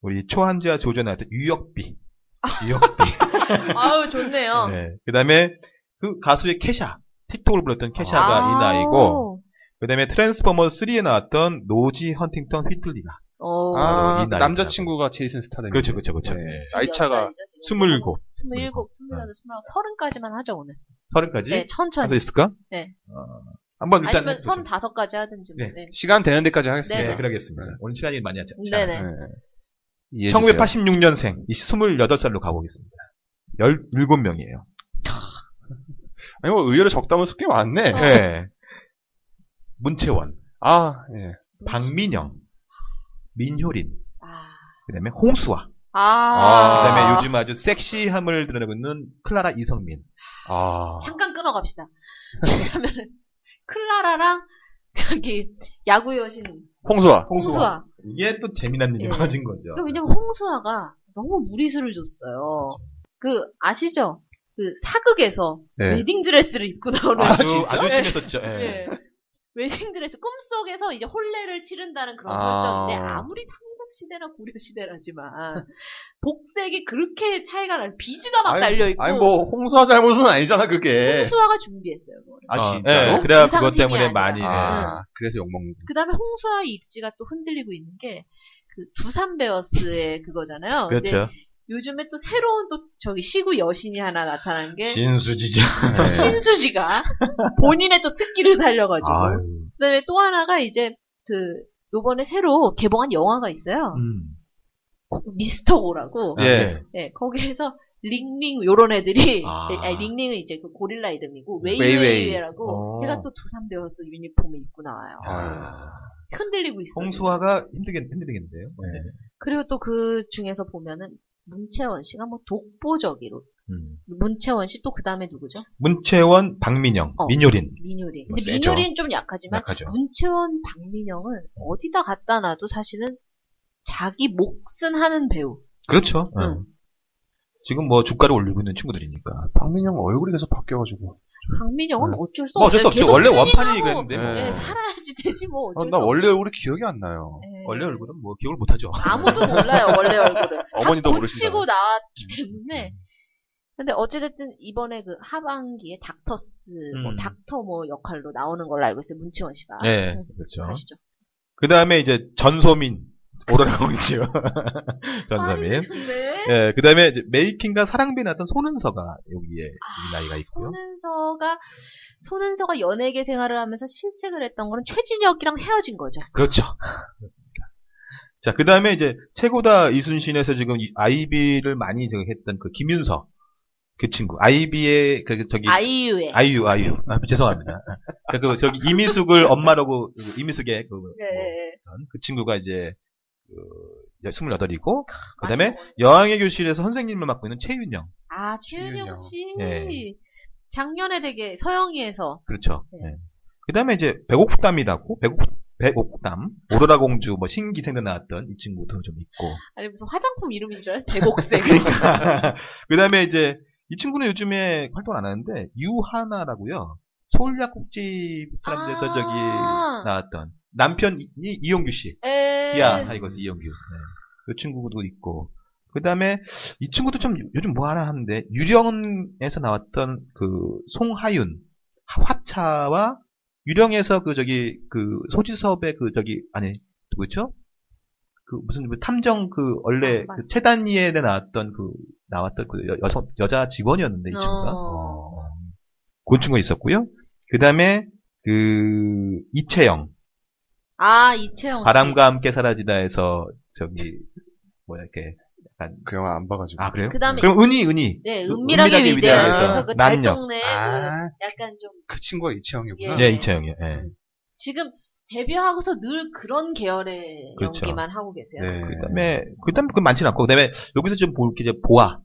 Speaker 2: 우리 초한지와 조조 나왔던 유역비, 유역비.
Speaker 3: 아우 좋네요.
Speaker 2: 네. 그다음에 그 가수의 캐샤, 틱톡을 불렀던 캐샤가
Speaker 3: 아우.
Speaker 2: 이 나이고, 그다음에 트랜스포머 3에 나왔던 노지 헌팅턴 휘틀리가.
Speaker 3: 어.
Speaker 1: 아,
Speaker 2: 이 나이더라고요.
Speaker 1: 남자친구가 제이슨 스타든.
Speaker 2: 그렇죠, 그렇죠, 그렇죠.
Speaker 4: 예.
Speaker 1: 네.
Speaker 3: 지금 몇
Speaker 1: 나이차가
Speaker 3: 살이죠, 지금?
Speaker 2: 스물곱, 네.
Speaker 3: 스물일곱, 스물여덟, 스물아홉, 서른까지만 하죠 오늘.
Speaker 2: 서른까지
Speaker 3: 네,
Speaker 2: 할수
Speaker 3: 천천히.
Speaker 2: 있을까?
Speaker 3: 네.
Speaker 2: 어, 한번 일단
Speaker 3: 아니면
Speaker 2: 해보죠.
Speaker 3: 서른다섯까지 하든지. 뭐.
Speaker 2: 네.
Speaker 3: 네.
Speaker 1: 시간 되는 데까지
Speaker 2: 네,
Speaker 1: 하겠습니다.
Speaker 3: 네네.
Speaker 2: 그러겠습니다. 오늘 시간이 많이 하죠.
Speaker 4: 예.
Speaker 3: 네네.
Speaker 1: 네. 이해해주세요.
Speaker 2: 1986년생, 28살로 가보겠습니다. 17명이에요.
Speaker 4: 아니, 뭐, 의외로 적다면서 꽤 많네.
Speaker 3: 어.
Speaker 4: 예.
Speaker 2: 문채원,
Speaker 4: 아, 예.
Speaker 2: 박민영, 민효린,
Speaker 3: 아.
Speaker 2: 그다음에 홍수아,
Speaker 3: 아.
Speaker 2: 그다음에 요즘 아주 섹시함을 드러내고 있는 클라라 이성민.
Speaker 4: 아.
Speaker 3: 잠깐 끊어갑시다. 왜냐면은 클라라랑 여기 야구 여신
Speaker 4: 홍수아.
Speaker 3: 홍수아.
Speaker 2: 이게 또 재미난 일이
Speaker 3: 예.
Speaker 2: 많아진 거죠.
Speaker 3: 그 왜냐면 홍수아가 너무 무리수를 줬어요. 그 아시죠? 그 사극에서
Speaker 4: 예.
Speaker 3: 웨딩 드레스를 입고 나오는 그
Speaker 4: 아,
Speaker 2: 아주
Speaker 4: 진짜?
Speaker 2: 아주 심했었죠. 예.
Speaker 3: 그렇죠. 예. 웨딩 드레스 꿈속에서 이제 혼례를 치른다는 그런
Speaker 4: 아.
Speaker 3: 설정인데 아무리 삼국 시대나 고려 시대라지만 복색이 그렇게 차이가 나 비즈가 막
Speaker 4: 아니,
Speaker 3: 달려 있고
Speaker 4: 아니, 뭐, 예. 홍수아 잘못은 아니잖아, 그게.
Speaker 3: 홍수아가 음. 준비했어요. 그거를.
Speaker 4: 아,
Speaker 2: 어,
Speaker 4: 진짜로?
Speaker 2: 예, 그래야
Speaker 3: 이상팀이
Speaker 2: 그것 때문에
Speaker 3: 아니라.
Speaker 2: 많이
Speaker 3: 어,
Speaker 2: 예.
Speaker 4: 아, 그래서 욕먹는 거.
Speaker 3: 그다음에 홍수아의 입지가 또 흔들리고 있는 게 그 두산 베어스의 그거잖아요. 근데
Speaker 2: 그렇죠.
Speaker 3: 요즘에 또 새로운 또 저기 시구 여신이 하나 나타난 게
Speaker 2: 진수지죠.
Speaker 4: 예.
Speaker 3: 신수지가 본인의 또 특기를 살려가지고
Speaker 2: 아유.
Speaker 3: 그다음에 또 하나가 이제 그 요번에 새로 개봉한 영화가 있어요.
Speaker 2: 음.
Speaker 3: 미스터 고라고.
Speaker 4: 예.
Speaker 3: 예, 거기에서 링링 요런 애들이
Speaker 2: 네. 아.
Speaker 3: 예, 아니, 링링은 이제 그 고릴라 이름이고
Speaker 4: 웨이웨이.
Speaker 3: 웨이웨이라고
Speaker 2: 어.
Speaker 3: 제가 또 두산 배어스 유니폼을 입고 나와요.
Speaker 2: 아.
Speaker 3: 흔들리고 있어요.
Speaker 2: 홍수아가 힘들겠, 힘들겠는데요.
Speaker 4: 네.
Speaker 3: 그리고 또 그 중에서 보면은 문채원 씨가 뭐 독보적이로
Speaker 2: 음.
Speaker 3: 문채원 씨 또 그 다음에 누구죠?
Speaker 2: 문채원, 박민영,
Speaker 3: 어.
Speaker 2: 민효린.
Speaker 3: 민효린.
Speaker 2: 뭐
Speaker 3: 근데
Speaker 2: 세죠. 네.
Speaker 3: 민효린 좀 약하지만
Speaker 2: 약하죠.
Speaker 3: 문채원, 박민영은 어디다 갖다 놔도 사실은 자기 몫은 하는 배우.
Speaker 2: 그렇죠.
Speaker 3: 응.
Speaker 2: 예. 지금 뭐 주가를 올리고 있는 친구들이니까.
Speaker 4: 박민영 얼굴이 계속 바뀌어가지고.
Speaker 3: 박민영은
Speaker 4: 네.
Speaker 3: 어쩔 수
Speaker 2: 뭐 어쩔 수
Speaker 3: 없어요.
Speaker 2: 없죠.
Speaker 3: 계속
Speaker 2: 원래 원판이
Speaker 3: 팬이라고
Speaker 2: 이랬는데.
Speaker 4: 뭐.
Speaker 3: 예, 살아야지 되지 뭐
Speaker 4: 아,
Speaker 3: 어쩔
Speaker 4: 나
Speaker 3: 수
Speaker 4: 원래 얼굴이 기억이 안 나요.
Speaker 3: 없- 예.
Speaker 2: 원래 얼굴은 뭐 기억을 못하죠.
Speaker 3: 아무도 몰라요 원래 얼굴을.
Speaker 4: 어머니도 모르시잖아요. 음.
Speaker 3: 고치고 나왔기 때문에. 근데 어찌됐든 이번에 그 하반기에 닥터스 뭐
Speaker 2: 음.
Speaker 3: 닥터 뭐 역할로 나오는 걸로 알고 있어요 문채원 씨가.
Speaker 2: 예,
Speaker 3: 응.
Speaker 2: 그렇죠.
Speaker 3: 아시죠?
Speaker 2: 그 다음에 이제 전소민. 오라가고있지요 전소민.
Speaker 3: 아이, 좋네.
Speaker 2: 예, 그 다음에 메이킹과 사랑비 나왔던 손은서가 여기에 이 나이가 있고요.
Speaker 3: 손은서가 손은서가 연예계 생활을 하면서 실책을 했던 거는 최진혁이랑 헤어진 거죠.
Speaker 2: 그렇죠. 그렇습니다. 자, 그 다음에 이제 최고다 이순신에서 지금 이 아이비를 많이 저기 했던 그 김윤석 그 친구 아이비의 그 저기
Speaker 3: 아이유의
Speaker 2: 아이유 아이유 아, 죄송합니다. 그, 그 저기 이미숙을 엄마라고 그 이미숙의 그,
Speaker 3: 예, 예, 예.
Speaker 2: 어떤 그 친구가 이제 그 28이고
Speaker 3: 많이
Speaker 2: 그다음에
Speaker 3: 먹어요.
Speaker 2: 여왕의 교실에서 선생님을 맡고 있는 최윤영
Speaker 3: 아 최윤영
Speaker 4: 최윤영.
Speaker 3: 씨
Speaker 2: 예.
Speaker 3: 작년에 되게 서영이에서
Speaker 2: 그렇죠.
Speaker 3: 네.
Speaker 2: 예. 그다음에 이제 백옥담이라고 백옥 백옥담 오로라 공주 뭐 신기생도 나왔던 이 친구도 좀 있고
Speaker 3: 아니 무슨 화장품 이름인 줄 알아요? 대곡색
Speaker 2: 그 다음에 이제, 이 친구는 요즘에 활동을 안 하는데, 유하나라고요. 서울 약국집 사람들에서
Speaker 3: 아.
Speaker 2: 저기 나왔던 남편이 이용규 씨.
Speaker 3: 에...
Speaker 2: 이야, 이거이 이용규. 네. 이 친구도 있고. 그 다음에, 이 친구도 좀 요즘 뭐 하나 하는데, 유령에서 나왔던 그 송하윤, 하- 화차와 유령에서 그 저기, 그 소지섭의 그 저기, 아니, 누구죠? 그 무슨 그 탐정 그 원래
Speaker 3: 아, 맞아.
Speaker 2: 그 최단위에 나왔던 그 나왔던 그 여, 성 여자 직원이었는데 이 친구가
Speaker 3: 어.
Speaker 2: 그 친구가 있었고요. 그 다음에 그 이채영
Speaker 3: 아 이채영 씨.
Speaker 2: 바람과 함께 사라지다에서 저기 뭐야 이렇게 약간
Speaker 4: 그 영화 안 봐가지고.
Speaker 2: 아 그래요?
Speaker 3: 그다음에-
Speaker 2: 럼 은희 은희
Speaker 3: 네 은밀하게,
Speaker 2: 음, 은밀하게
Speaker 3: 위대해서
Speaker 4: 위대하다.
Speaker 3: 그
Speaker 2: 남녀.
Speaker 3: 달동네
Speaker 4: 아,
Speaker 3: 그 약간 좀
Speaker 4: 그 친구가 이채영이구나.
Speaker 3: 예.
Speaker 2: 네 이채영이요. 예.
Speaker 3: 지금 데뷔하고서 늘 그런 계열의
Speaker 2: 그렇죠.
Speaker 3: 연기만 하고 계세요.
Speaker 4: 네.
Speaker 2: 그다음에 그다음 그 많진 않고 그다음에 여기서 좀 볼게 이제 보아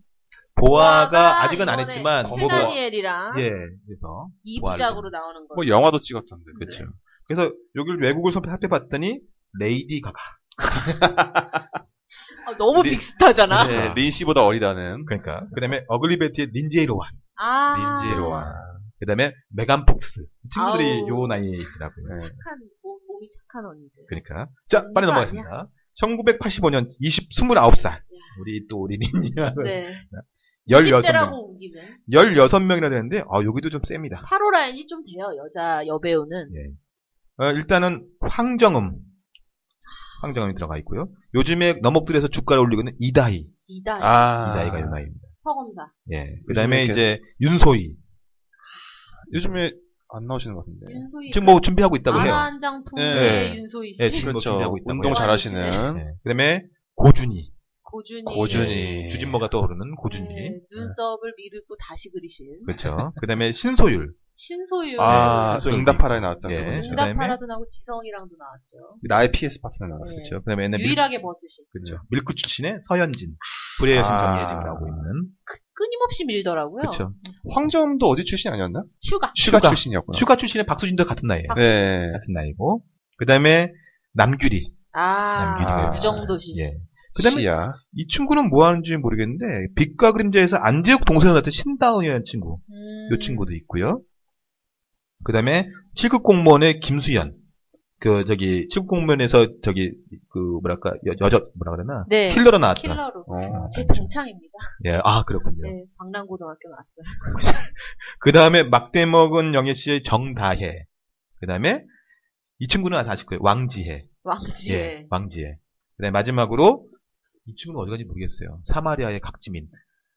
Speaker 2: 보아가 아직은 안
Speaker 3: 이번에
Speaker 2: 했지만 뭐, 뭐,
Speaker 3: 최다니엘이랑
Speaker 2: 예 그래서
Speaker 3: 이부작으로 나오는 거.
Speaker 4: 뭐 영화도 찍었던데.
Speaker 3: 네.
Speaker 2: 그렇죠. 그래서 여기를 외국을 선택 살펴봤더니 레이디 가가
Speaker 3: 아, 너무
Speaker 4: 리-
Speaker 3: 빅스타잖아.
Speaker 2: 네.
Speaker 4: 린 씨보다 어리다는.
Speaker 2: 그러니까 그다음에 어글리베티의 린제이 로한
Speaker 3: 아.
Speaker 4: 린지 로한.
Speaker 2: 그다음에 메간 폭스 이 친구들이
Speaker 3: 아우.
Speaker 2: 요 나이에 있더라고요.
Speaker 4: 네.
Speaker 3: 착한 몸, 몸이 착한 언니들.
Speaker 2: 그러니까 자 빨리
Speaker 3: 이거
Speaker 2: 넘어가겠습니다. 1985년 20 29살 우리 또 우리 린이야
Speaker 3: 네.
Speaker 2: 16명
Speaker 3: 10대라고 우기는
Speaker 2: 16명이나 되는데 아 여기도 좀 셉니다.
Speaker 3: 8호 라인이 좀 돼요 여자 여배우는.
Speaker 2: 어, 일단은 황정음 황정음이 들어가 있고요. 요즘에 너목들에서 주가를 올리고 있는 이다희
Speaker 3: 이다 이
Speaker 4: 아.
Speaker 2: 이다희가 요 나이입니다.
Speaker 3: 서검사.
Speaker 2: 예 그다음에
Speaker 4: 요즘에
Speaker 2: 이제 윤소희
Speaker 4: 요즘에 안 나오시는 것 같은데.
Speaker 3: 윤소희.
Speaker 2: 지금 뭐 준비하고 있다고 해요.
Speaker 3: 아란장품의
Speaker 4: 네.
Speaker 3: 윤소희 씨.
Speaker 2: 예, 지금 뭐
Speaker 4: 그렇죠.
Speaker 2: 준비하고 있다고
Speaker 4: 운동
Speaker 3: 아,
Speaker 2: 해요.
Speaker 4: 잘하시는.
Speaker 2: 네. 그다음에 예. 고준희
Speaker 3: 고준이.
Speaker 4: 고준이.
Speaker 2: 주진모가 떠오르는
Speaker 3: 네,
Speaker 2: 고준이.
Speaker 3: 눈썹을 미르고 다시 그리신.
Speaker 2: 그렇죠. 그 다음에 신소율.
Speaker 3: 신소유.
Speaker 4: 아,
Speaker 2: 네,
Speaker 4: 응답하라에 나왔다.
Speaker 2: 예.
Speaker 4: 예.
Speaker 3: 응답하라도 나오고 지성이랑도 나왔죠.
Speaker 4: 나의 PS 파트너 나왔어요.
Speaker 3: 네.
Speaker 2: 그렇죠. 그 다음에 옛날 밀,
Speaker 3: 유일하게 벗으신.
Speaker 2: 그렇죠. 밀크 출신의 서현진. 불의 여신
Speaker 4: 아.
Speaker 2: 정의에 지금 나오고 있는.
Speaker 3: 그 끊임없이 밀더라고요.
Speaker 2: 그렇죠.
Speaker 4: 황정음도 어디 출신이 아니었나?
Speaker 3: 슈가.
Speaker 4: 슈가,
Speaker 2: 슈가.
Speaker 4: 출신이었구나.
Speaker 2: 슈가 출신의 박수진도 같은 나이에요.
Speaker 3: 아.
Speaker 4: 네.
Speaker 2: 같은 나이고. 그 다음에 남규리.
Speaker 3: 아,
Speaker 2: 남규리가
Speaker 3: 그
Speaker 4: 있다.
Speaker 3: 정도 시즌.
Speaker 2: 예. 그 다음에
Speaker 4: 시야.
Speaker 2: 이 친구는 뭐 하는지 모르겠는데, 빛과 그림자에서 안재욱 동생을 낳던 신다은이라는 친구.
Speaker 3: 음.
Speaker 2: 요 친구도 있고요. 그 다음에 7급 공무원의 김수현. 그, 저기, 7급 공무원에서 저기, 그, 뭐랄까, 여, 여자, 뭐라 그러나?
Speaker 3: 네.
Speaker 2: 킬러로 나왔다.
Speaker 3: 킬러로.
Speaker 4: 어.
Speaker 3: 제 동창입니다.
Speaker 2: 예, 아, 그렇군요.
Speaker 3: 네, 방랑고등학교 나왔어요.
Speaker 2: 그 다음에 막대 먹은 영애 씨의 정다혜. 그 다음에 이 친구는 아실 거예요. 왕지혜.
Speaker 3: 왕지에.
Speaker 2: 예, 왕지혜. 그 다음에 마지막으로 이 친구는 어디 간지 모르겠어요. 사마리아의 각지민.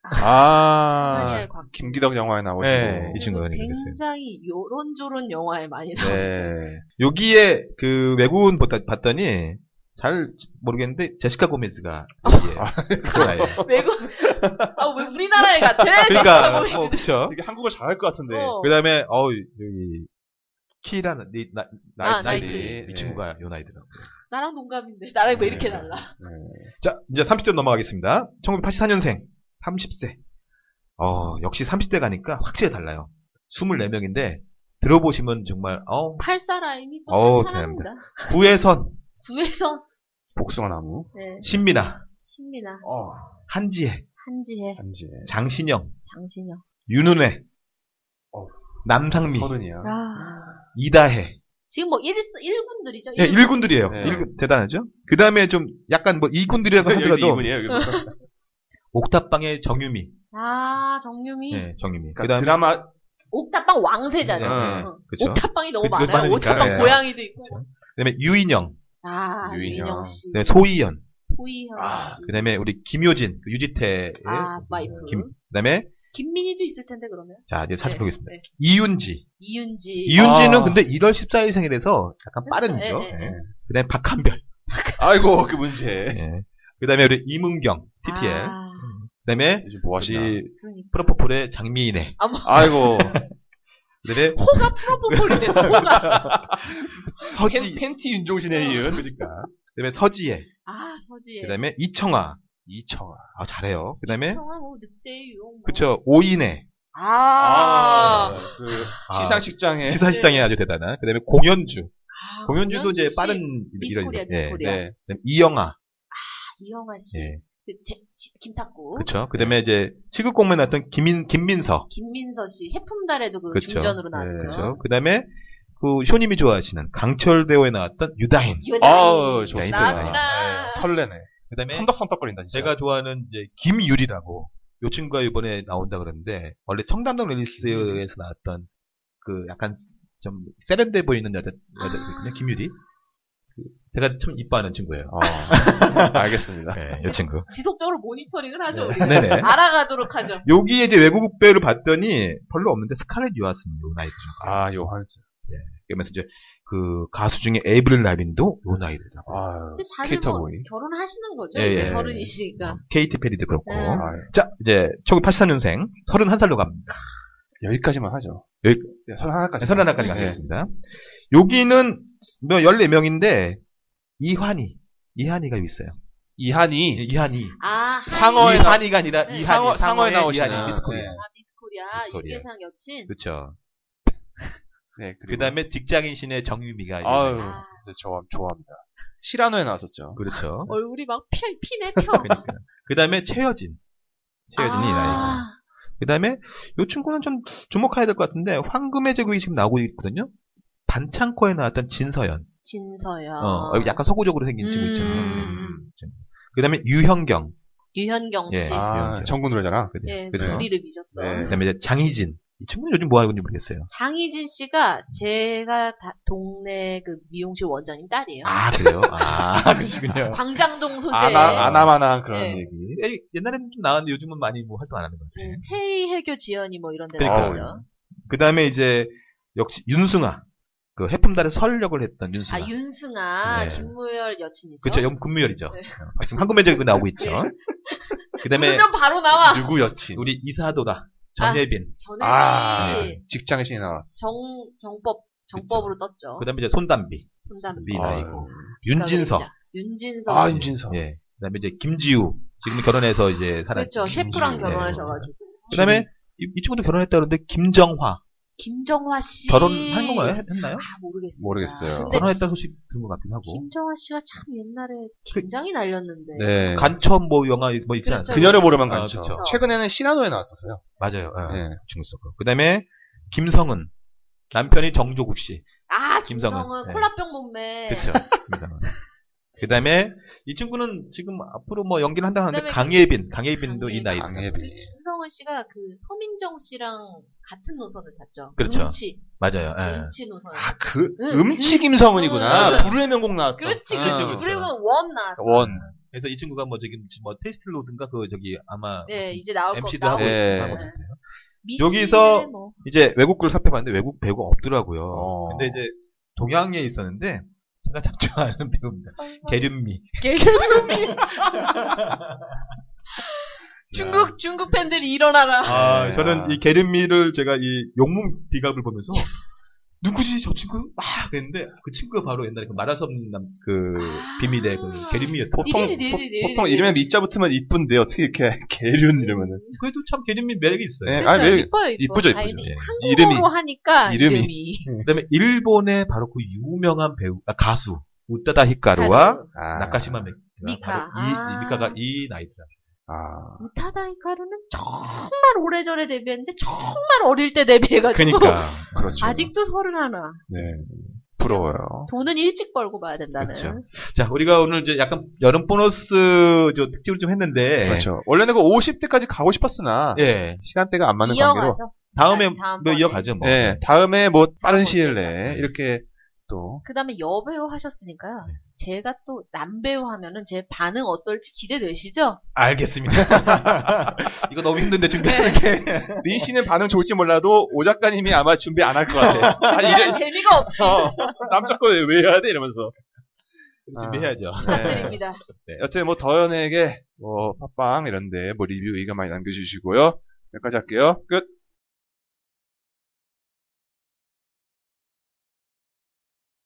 Speaker 4: 아,
Speaker 3: 아니야, 예. 광-
Speaker 4: 김기덕 영화에 나오시고.
Speaker 2: 네, 이 친구가
Speaker 3: 그리고
Speaker 2: 이렇게 됐어요.
Speaker 3: 굉장히 요런저런 영화에 많이 나와요.
Speaker 4: 네.
Speaker 2: 여기에 그 외국은 보다- 봤더니 잘 모르겠는데 제시카 고메즈가 여기에
Speaker 4: 아,
Speaker 2: 나와요. 그
Speaker 3: 외국, 아, 왜 우리나라에 같아?
Speaker 2: 그러니까 뭐 그렇죠.
Speaker 4: 되게 한국어 잘할 것 같은데.
Speaker 3: 아. 어.
Speaker 2: 그다음에 어 여기 키라는 니- 나- 나이
Speaker 3: 아,
Speaker 2: 나이
Speaker 4: 나이트.
Speaker 2: 이 친구가 요 나이더라. 고
Speaker 3: 나랑 동갑인데. 나랑 왜 이렇게
Speaker 4: 네.
Speaker 3: 달라?
Speaker 4: 네.
Speaker 2: 자 이제 30대 넘어가겠습니다. 1984년생 30세. 어 역시 30대 가니까 확실히 달라요. 24명인데 들어보시면 정말 어
Speaker 3: 팔사 라인이 또
Speaker 2: 어우,
Speaker 3: 다른 사람입니다.
Speaker 2: 구혜선,
Speaker 3: 구혜성,
Speaker 4: 복숭아 나무.
Speaker 3: 네,
Speaker 2: 신민아,
Speaker 3: 신민아,
Speaker 4: 어.
Speaker 2: 한지혜,
Speaker 3: 한지혜,
Speaker 4: 단지.
Speaker 2: 장신영,
Speaker 3: 장신영.
Speaker 2: 윤은혜,
Speaker 4: 어우.
Speaker 2: 남상미,
Speaker 4: 서른이야.
Speaker 3: 아,
Speaker 2: 이다혜.
Speaker 3: 지금 뭐 1, 일군들이죠
Speaker 2: 예, 1군들이에요.
Speaker 4: 네.
Speaker 2: 대단하죠? 그 다음에 좀 약간 뭐 2군들이라고
Speaker 4: 여기도 어,
Speaker 2: 하더라도
Speaker 4: 이분이에요. 그러니까 여기 보면.
Speaker 2: 옥탑방의 정유미.
Speaker 3: 아, 정유미.
Speaker 2: 예, 정유미. 그
Speaker 4: 그러니까
Speaker 2: 다음에
Speaker 4: 드라마
Speaker 3: 옥탑방 왕세자죠.
Speaker 4: 네,
Speaker 3: 응.
Speaker 2: 아, 그쵸.
Speaker 3: 옥탑방이 너무
Speaker 2: 그- 그
Speaker 3: 많아요.
Speaker 2: 많으니까,
Speaker 3: 옥탑방
Speaker 2: 예.
Speaker 3: 고양이도 있고.
Speaker 2: 그쵸. 그다음에 유인영,
Speaker 3: 아,
Speaker 4: 유인영.
Speaker 3: 유인영 씨.
Speaker 2: 그다음에 네, 소희연,
Speaker 3: 소희현
Speaker 4: 아,
Speaker 3: 씨.
Speaker 2: 그다음에 우리 김효진, 그 유지태,
Speaker 3: 아, 마이프.
Speaker 2: 김, 그다음에
Speaker 3: 김민희도 있을 텐데 그러면.
Speaker 2: 자 이제 사진
Speaker 3: 네,
Speaker 2: 보겠습니다.
Speaker 3: 네.
Speaker 2: 이윤지,
Speaker 3: 이윤지.
Speaker 2: 이윤지는
Speaker 4: 아.
Speaker 2: 근데 1월 14일 생일에서 약간 빠른이죠.
Speaker 3: 네, 네, 네.
Speaker 2: 그다음에 박한별,
Speaker 4: 아이고 그 문제.
Speaker 2: 예. 그다음에 우리 이문경, TTL,
Speaker 3: 아,
Speaker 2: 그다음에
Speaker 4: 요즘 뭐 하시나?
Speaker 2: 우리
Speaker 3: 그러니까.
Speaker 2: 프로포폴의 장미인혜,
Speaker 4: 아이고.
Speaker 2: 그다음에
Speaker 3: 호가 프로포폴이 됐어. 호가.
Speaker 4: 팬, 팬티 윤종신에 이은 그러니까
Speaker 2: 그다음에 서지혜,
Speaker 3: 아, 서지혜.
Speaker 2: 그다음에 이청아,
Speaker 4: 이청아.
Speaker 2: 아 잘해요. 그다음에
Speaker 3: 성화 뭐 늑대 유용. 뭐.
Speaker 2: 그쵸 오인혜,
Speaker 3: 아. 아.
Speaker 4: 그
Speaker 2: 아.
Speaker 4: 시상식장에
Speaker 2: 시사시장에 아주 대단한. 그다음에 공연주, 아, 공연주도
Speaker 3: 네. 아, 공연주
Speaker 2: 이제
Speaker 3: 씨.
Speaker 2: 빠른
Speaker 3: 미스코리아,
Speaker 2: 이런- 예.
Speaker 3: 미스코리아.
Speaker 4: 네.
Speaker 2: 그다음에 이영아,
Speaker 3: 이영아 네. 씨.
Speaker 2: 예.
Speaker 3: 그 제- 지- 김탁구.
Speaker 2: 그렇죠. 그다음에 이제 취급공면 나왔던 김민 김민서.
Speaker 3: 김민서 씨. 해품달에도 그
Speaker 2: 그쵸.
Speaker 3: 중전으로
Speaker 4: 네,
Speaker 3: 나왔죠.
Speaker 2: 그렇죠. 그다음에 그 쇼님이 좋아하시는 강철 대호에 나왔던 유다인.
Speaker 3: 유다인.
Speaker 4: 아우 좋다.
Speaker 3: 나왔구나.
Speaker 4: 네, 설레네.
Speaker 2: 그다음에
Speaker 4: 선덕선덕거린다 진짜.
Speaker 2: 제가 좋아하는 이제 김유리라고 요 친구가 이번에 나온다 그러는데 원래 청담동 릴리스에서 나왔던 그 약간 좀 세련돼 보이는 여자 여자
Speaker 3: 아.
Speaker 2: 김유리. 그 제가 참 이뻐하는 친구예요.
Speaker 4: 어. 알겠습니다.
Speaker 2: 아, 네, 요 친구.
Speaker 3: 지속적으로 모니터링을 하죠. 우리가.
Speaker 2: 네네.
Speaker 3: 알아가도록 하죠.
Speaker 2: 여기에 이제 외국 배우를 봤더니 별로 없는데 스칼렛 요하슨 요 나이 죠
Speaker 4: 아 요한스.
Speaker 2: 그러면서 이제 그 가수 중에 에이브릴 라빈도 요 나이더라고요.
Speaker 4: 아
Speaker 3: 이제 다들
Speaker 4: 캐릭터
Speaker 3: 뭐
Speaker 4: 보이.
Speaker 3: 결혼하시는 거죠.
Speaker 2: 예,
Speaker 3: 이제
Speaker 2: 예.
Speaker 3: 서른이시니까.
Speaker 2: 케이티 페리도 그렇고.
Speaker 3: 음.
Speaker 4: 아,
Speaker 2: 자, 이제 1984년생 31살로 갑니다.
Speaker 4: 여기까지만 하죠.
Speaker 2: 여기-
Speaker 4: 네, 선 하나까지.
Speaker 2: 31살까지
Speaker 4: 네.
Speaker 2: 아, 가겠습니다. 여기는 뭐 14명인데 이환희, 이한이가 여기 있어요. 예,
Speaker 4: 이한이
Speaker 2: 이한이.
Speaker 3: 아,
Speaker 4: 상어에
Speaker 3: 한-
Speaker 4: 나-
Speaker 2: 이한이가 아니라
Speaker 3: 네.
Speaker 2: 이한이.
Speaker 4: 상어- 상어에 나오시는.
Speaker 2: 이한이 미스코리아.
Speaker 4: 네.
Speaker 3: 아, 미스코리아,
Speaker 2: 미스코리아.
Speaker 3: 유계상 여친.
Speaker 2: 그렇죠.
Speaker 4: 네 그리고-
Speaker 2: 그다음에 직장인 신의 정유미가 이제-
Speaker 4: 아유
Speaker 3: 아.
Speaker 4: 저 좋아- 좋아합니다. 실화노에 나왔었죠.
Speaker 2: 그렇죠.
Speaker 3: 얼굴이 막 피, 피네 펴.
Speaker 2: 그러니까. 그다음에 최여진. 최여진이 나이.
Speaker 3: 아,
Speaker 2: 그다음에 요 친구는 좀 주목해야 될 것 같은데 황금의 제국이 지금 나오고 있거든요. 반창고에 나왔던 진서연.
Speaker 3: 진서연.
Speaker 2: 어, 약간 서구적으로 생긴 친구 있잖아요.
Speaker 3: 음.
Speaker 2: 그 다음에 유현경.
Speaker 3: 유현경 씨.
Speaker 2: 예.
Speaker 3: 아,
Speaker 4: 아
Speaker 2: 그렇죠.
Speaker 4: 정군 노래잖아.
Speaker 2: 그죠?
Speaker 3: 예,
Speaker 2: 그죠?
Speaker 4: 우리-
Speaker 3: 우리를 믿었던.
Speaker 4: 네.
Speaker 2: 그 다음에 이제 장희진. 이 친구는 요즘 뭐 하고 있는지 모르겠어요.
Speaker 3: 장희진 씨가 제가 다- 동네 그 미용실 원장님 딸이에요.
Speaker 2: 아, 그래요? 아, 그러시군요.
Speaker 3: 광장동 소재.
Speaker 4: 아나 아나마나 그런
Speaker 3: 네.
Speaker 4: 얘기.
Speaker 2: 예, 옛날에는 좀 나왔는데 요즘은 많이 뭐 활동 안 하는 것 같아요.
Speaker 3: 네, 태희 해교 지연이 뭐 이런 데
Speaker 2: 그러니까. 그러니까요. 그렇죠.
Speaker 3: 나오죠.
Speaker 2: 그 다음에 이제, 역시 윤승아. 그 해품달의 설력을 했던 윤승아.
Speaker 3: 아, 윤승아,
Speaker 2: 네.
Speaker 3: 김무열 여친이죠.
Speaker 2: 그렇죠. 영 금무열이죠.
Speaker 3: 네.
Speaker 2: 어, 지금 한국 매적이 나오고 있죠. 그다음에
Speaker 3: 그러면 바로 나와.
Speaker 1: 누구 여친?
Speaker 2: 우리 이사도다 전예빈.
Speaker 3: 전혜빈,
Speaker 1: 아,
Speaker 3: 네.
Speaker 1: 직장의 신이 나왔어.
Speaker 3: 정, 정법, 정법으로 떴죠.
Speaker 2: 그다음에 이제 손담비.
Speaker 3: 손담비.
Speaker 2: 이
Speaker 1: 아,
Speaker 2: 나이고.
Speaker 1: 윤진석.
Speaker 3: 그러자. 윤진석.
Speaker 1: 아, 윤진석.
Speaker 2: 예. 그다음에 이제 김지우. 지금 결혼해서 이제 살아.
Speaker 3: 그렇죠. 셰프랑
Speaker 1: 네.
Speaker 3: 결혼하셔가지고.
Speaker 2: 그다음에 이, 이 친구도 결혼했다 그러는데 김정화
Speaker 3: 김정화 씨.
Speaker 2: 결혼한 건가요? 했- 했나요?
Speaker 3: 아, 모르겠어요.
Speaker 1: 모르겠어요.
Speaker 3: 근데
Speaker 2: 결혼했다 는 소식 들은 것 같기도 하고.
Speaker 3: 김정화 씨가 참 옛날에 굉장히
Speaker 2: 그
Speaker 3: 날렸는데.
Speaker 1: 네.
Speaker 2: 간첩 뭐 영화 뭐 있지
Speaker 3: 그렇죠.
Speaker 2: 않나요?
Speaker 1: 그녀를 모르면
Speaker 2: 아,
Speaker 1: 간죠.
Speaker 2: 그쵸.
Speaker 1: 최근에는 시나노에 나왔었어요.
Speaker 2: 맞아요. 예.
Speaker 1: 네.
Speaker 2: 중국 거. 그다음에 김성은 남편이 정조국 씨.
Speaker 3: 아,
Speaker 2: 김성은.
Speaker 3: 김성은
Speaker 2: 네.
Speaker 3: 콜라병 몸매.
Speaker 2: 그렇죠. 김상은. 그다음에 이 친구는 지금 앞으로 뭐 연기를 한다고 하는데
Speaker 3: 그다음에
Speaker 2: 강예빈, 강예빈도 이
Speaker 3: 강예빈.
Speaker 2: 나이.
Speaker 1: 강예빈.
Speaker 3: 네. 김성은 씨가 그 서민정 씨랑 같은 노선을 탔죠.
Speaker 2: 그렇죠.
Speaker 3: 음치,
Speaker 2: 맞아요. 예.
Speaker 3: 음치 노선.
Speaker 1: 아, 그,
Speaker 3: 응, 그-
Speaker 1: 음치 김성은이구나.
Speaker 2: 응.
Speaker 1: 불후의 명곡 나왔던.
Speaker 3: 그렇지,
Speaker 1: 아,
Speaker 2: 그렇죠,
Speaker 3: 그렇죠. 그리고 원 나왔어.
Speaker 1: 원.
Speaker 2: 그래서 이 친구가 뭐 저기 뭐 테스트 로든가 그 저기 아마
Speaker 3: 네, 이제 나올 거
Speaker 2: MC도
Speaker 3: 나오고.
Speaker 2: 하고
Speaker 1: 네.
Speaker 2: 있-
Speaker 1: 있-
Speaker 2: 하고
Speaker 3: 네.
Speaker 2: 있는데요.
Speaker 3: 미시에
Speaker 2: 여기서-
Speaker 3: 뭐.
Speaker 2: 이제 외국글을 살펴봤는데 외국 배우가 없더라고요.
Speaker 1: 어.
Speaker 2: 근데 이제 동양에 있었는데 제가 참 좋아하는 배우입니다.
Speaker 3: 어.
Speaker 2: 계륜미.
Speaker 3: 개그맨이. 중국 중국 팬들이 일어나라.
Speaker 2: 아,
Speaker 1: 네.
Speaker 2: 저는 이 게르미를 제가 이 용문 비갑을 보면서 누구지 저 친구? 막 했는데 그 친구가 바로 옛날에 그 말할 수 없는 남, 그
Speaker 3: 아.
Speaker 2: 비밀의 그 게르미였어요.
Speaker 1: 보통,
Speaker 3: 네, 네,
Speaker 1: 보-
Speaker 3: 네, 네,
Speaker 1: 보통
Speaker 3: 네.
Speaker 1: 이름에 미자 붙으면 이쁜데 어떻게 이렇게 개륜 이러면은.
Speaker 2: 그래도 참 게르미 매력이 있어요.
Speaker 1: 네,
Speaker 3: 그렇죠.
Speaker 1: 아니, 매력-
Speaker 3: 이뻐요, 이뻐.
Speaker 1: 이쁘죠,
Speaker 3: 아,
Speaker 1: 이쁘죠.
Speaker 3: 이-
Speaker 2: 예.
Speaker 3: 한국어로
Speaker 1: 이름이.
Speaker 3: 하니까
Speaker 1: 이름이.
Speaker 3: 이름이.
Speaker 2: 그다음에 일본의 바로 그 유명한 배우, 아, 가수 우타다 히카루와
Speaker 1: 아.
Speaker 2: 나카시마 메키가
Speaker 3: 미카.
Speaker 2: 바로 이,
Speaker 3: 아.
Speaker 2: 이 미카가 이 나이더라.
Speaker 1: 아.
Speaker 3: 우타다이카루는 정말 오래전에 데뷔했는데 정말 어릴 때 데뷔해가지고
Speaker 1: 그렇죠.
Speaker 3: 아직도 서른 하나.
Speaker 1: 네. 부러워요.
Speaker 3: 돈은 일찍 벌고 봐야 된다는.
Speaker 2: 그렇죠. 자, 우리가 오늘 이제 약간 여름 보너스 저 특집을 좀 했는데
Speaker 1: 그렇죠. 원래는 그 50대까지 가고 싶었으나.
Speaker 2: 네. 예.
Speaker 1: 시간대가 안 맞는 관계로.
Speaker 3: 이어가죠.
Speaker 2: 다음에
Speaker 3: 아, 다음번에. 예.
Speaker 2: 뭐 이어가죠 뭐.
Speaker 1: 네. 다음에 뭐 빠른
Speaker 3: 다음
Speaker 1: 시일
Speaker 2: 번째다.
Speaker 1: 내에
Speaker 3: 네.
Speaker 1: 이렇게 또.
Speaker 3: 그다음에 여배우 하셨으니까요.
Speaker 2: 네.
Speaker 3: 제가 또 남배우 하면은 제 반응 어떨지 기대되시죠?
Speaker 2: 알겠습니다. 이거 너무 힘든데 준비하는 게.
Speaker 1: 린 씨는 반응 좋을지 몰라도 오 작가님이 아마 준비 안 할 것 같아. 아니, 이래,
Speaker 3: 재미가 없
Speaker 1: 어, 남자 거왜 해야 돼? 이러면서.
Speaker 2: 준비해야죠.
Speaker 3: 드립
Speaker 1: 네.
Speaker 3: 니다
Speaker 1: 여튼 뭐 더연에게 뭐 팟빵 이런데 뭐 리뷰 의견 많이 남겨주시고요. 여기까지 할게요. 끝.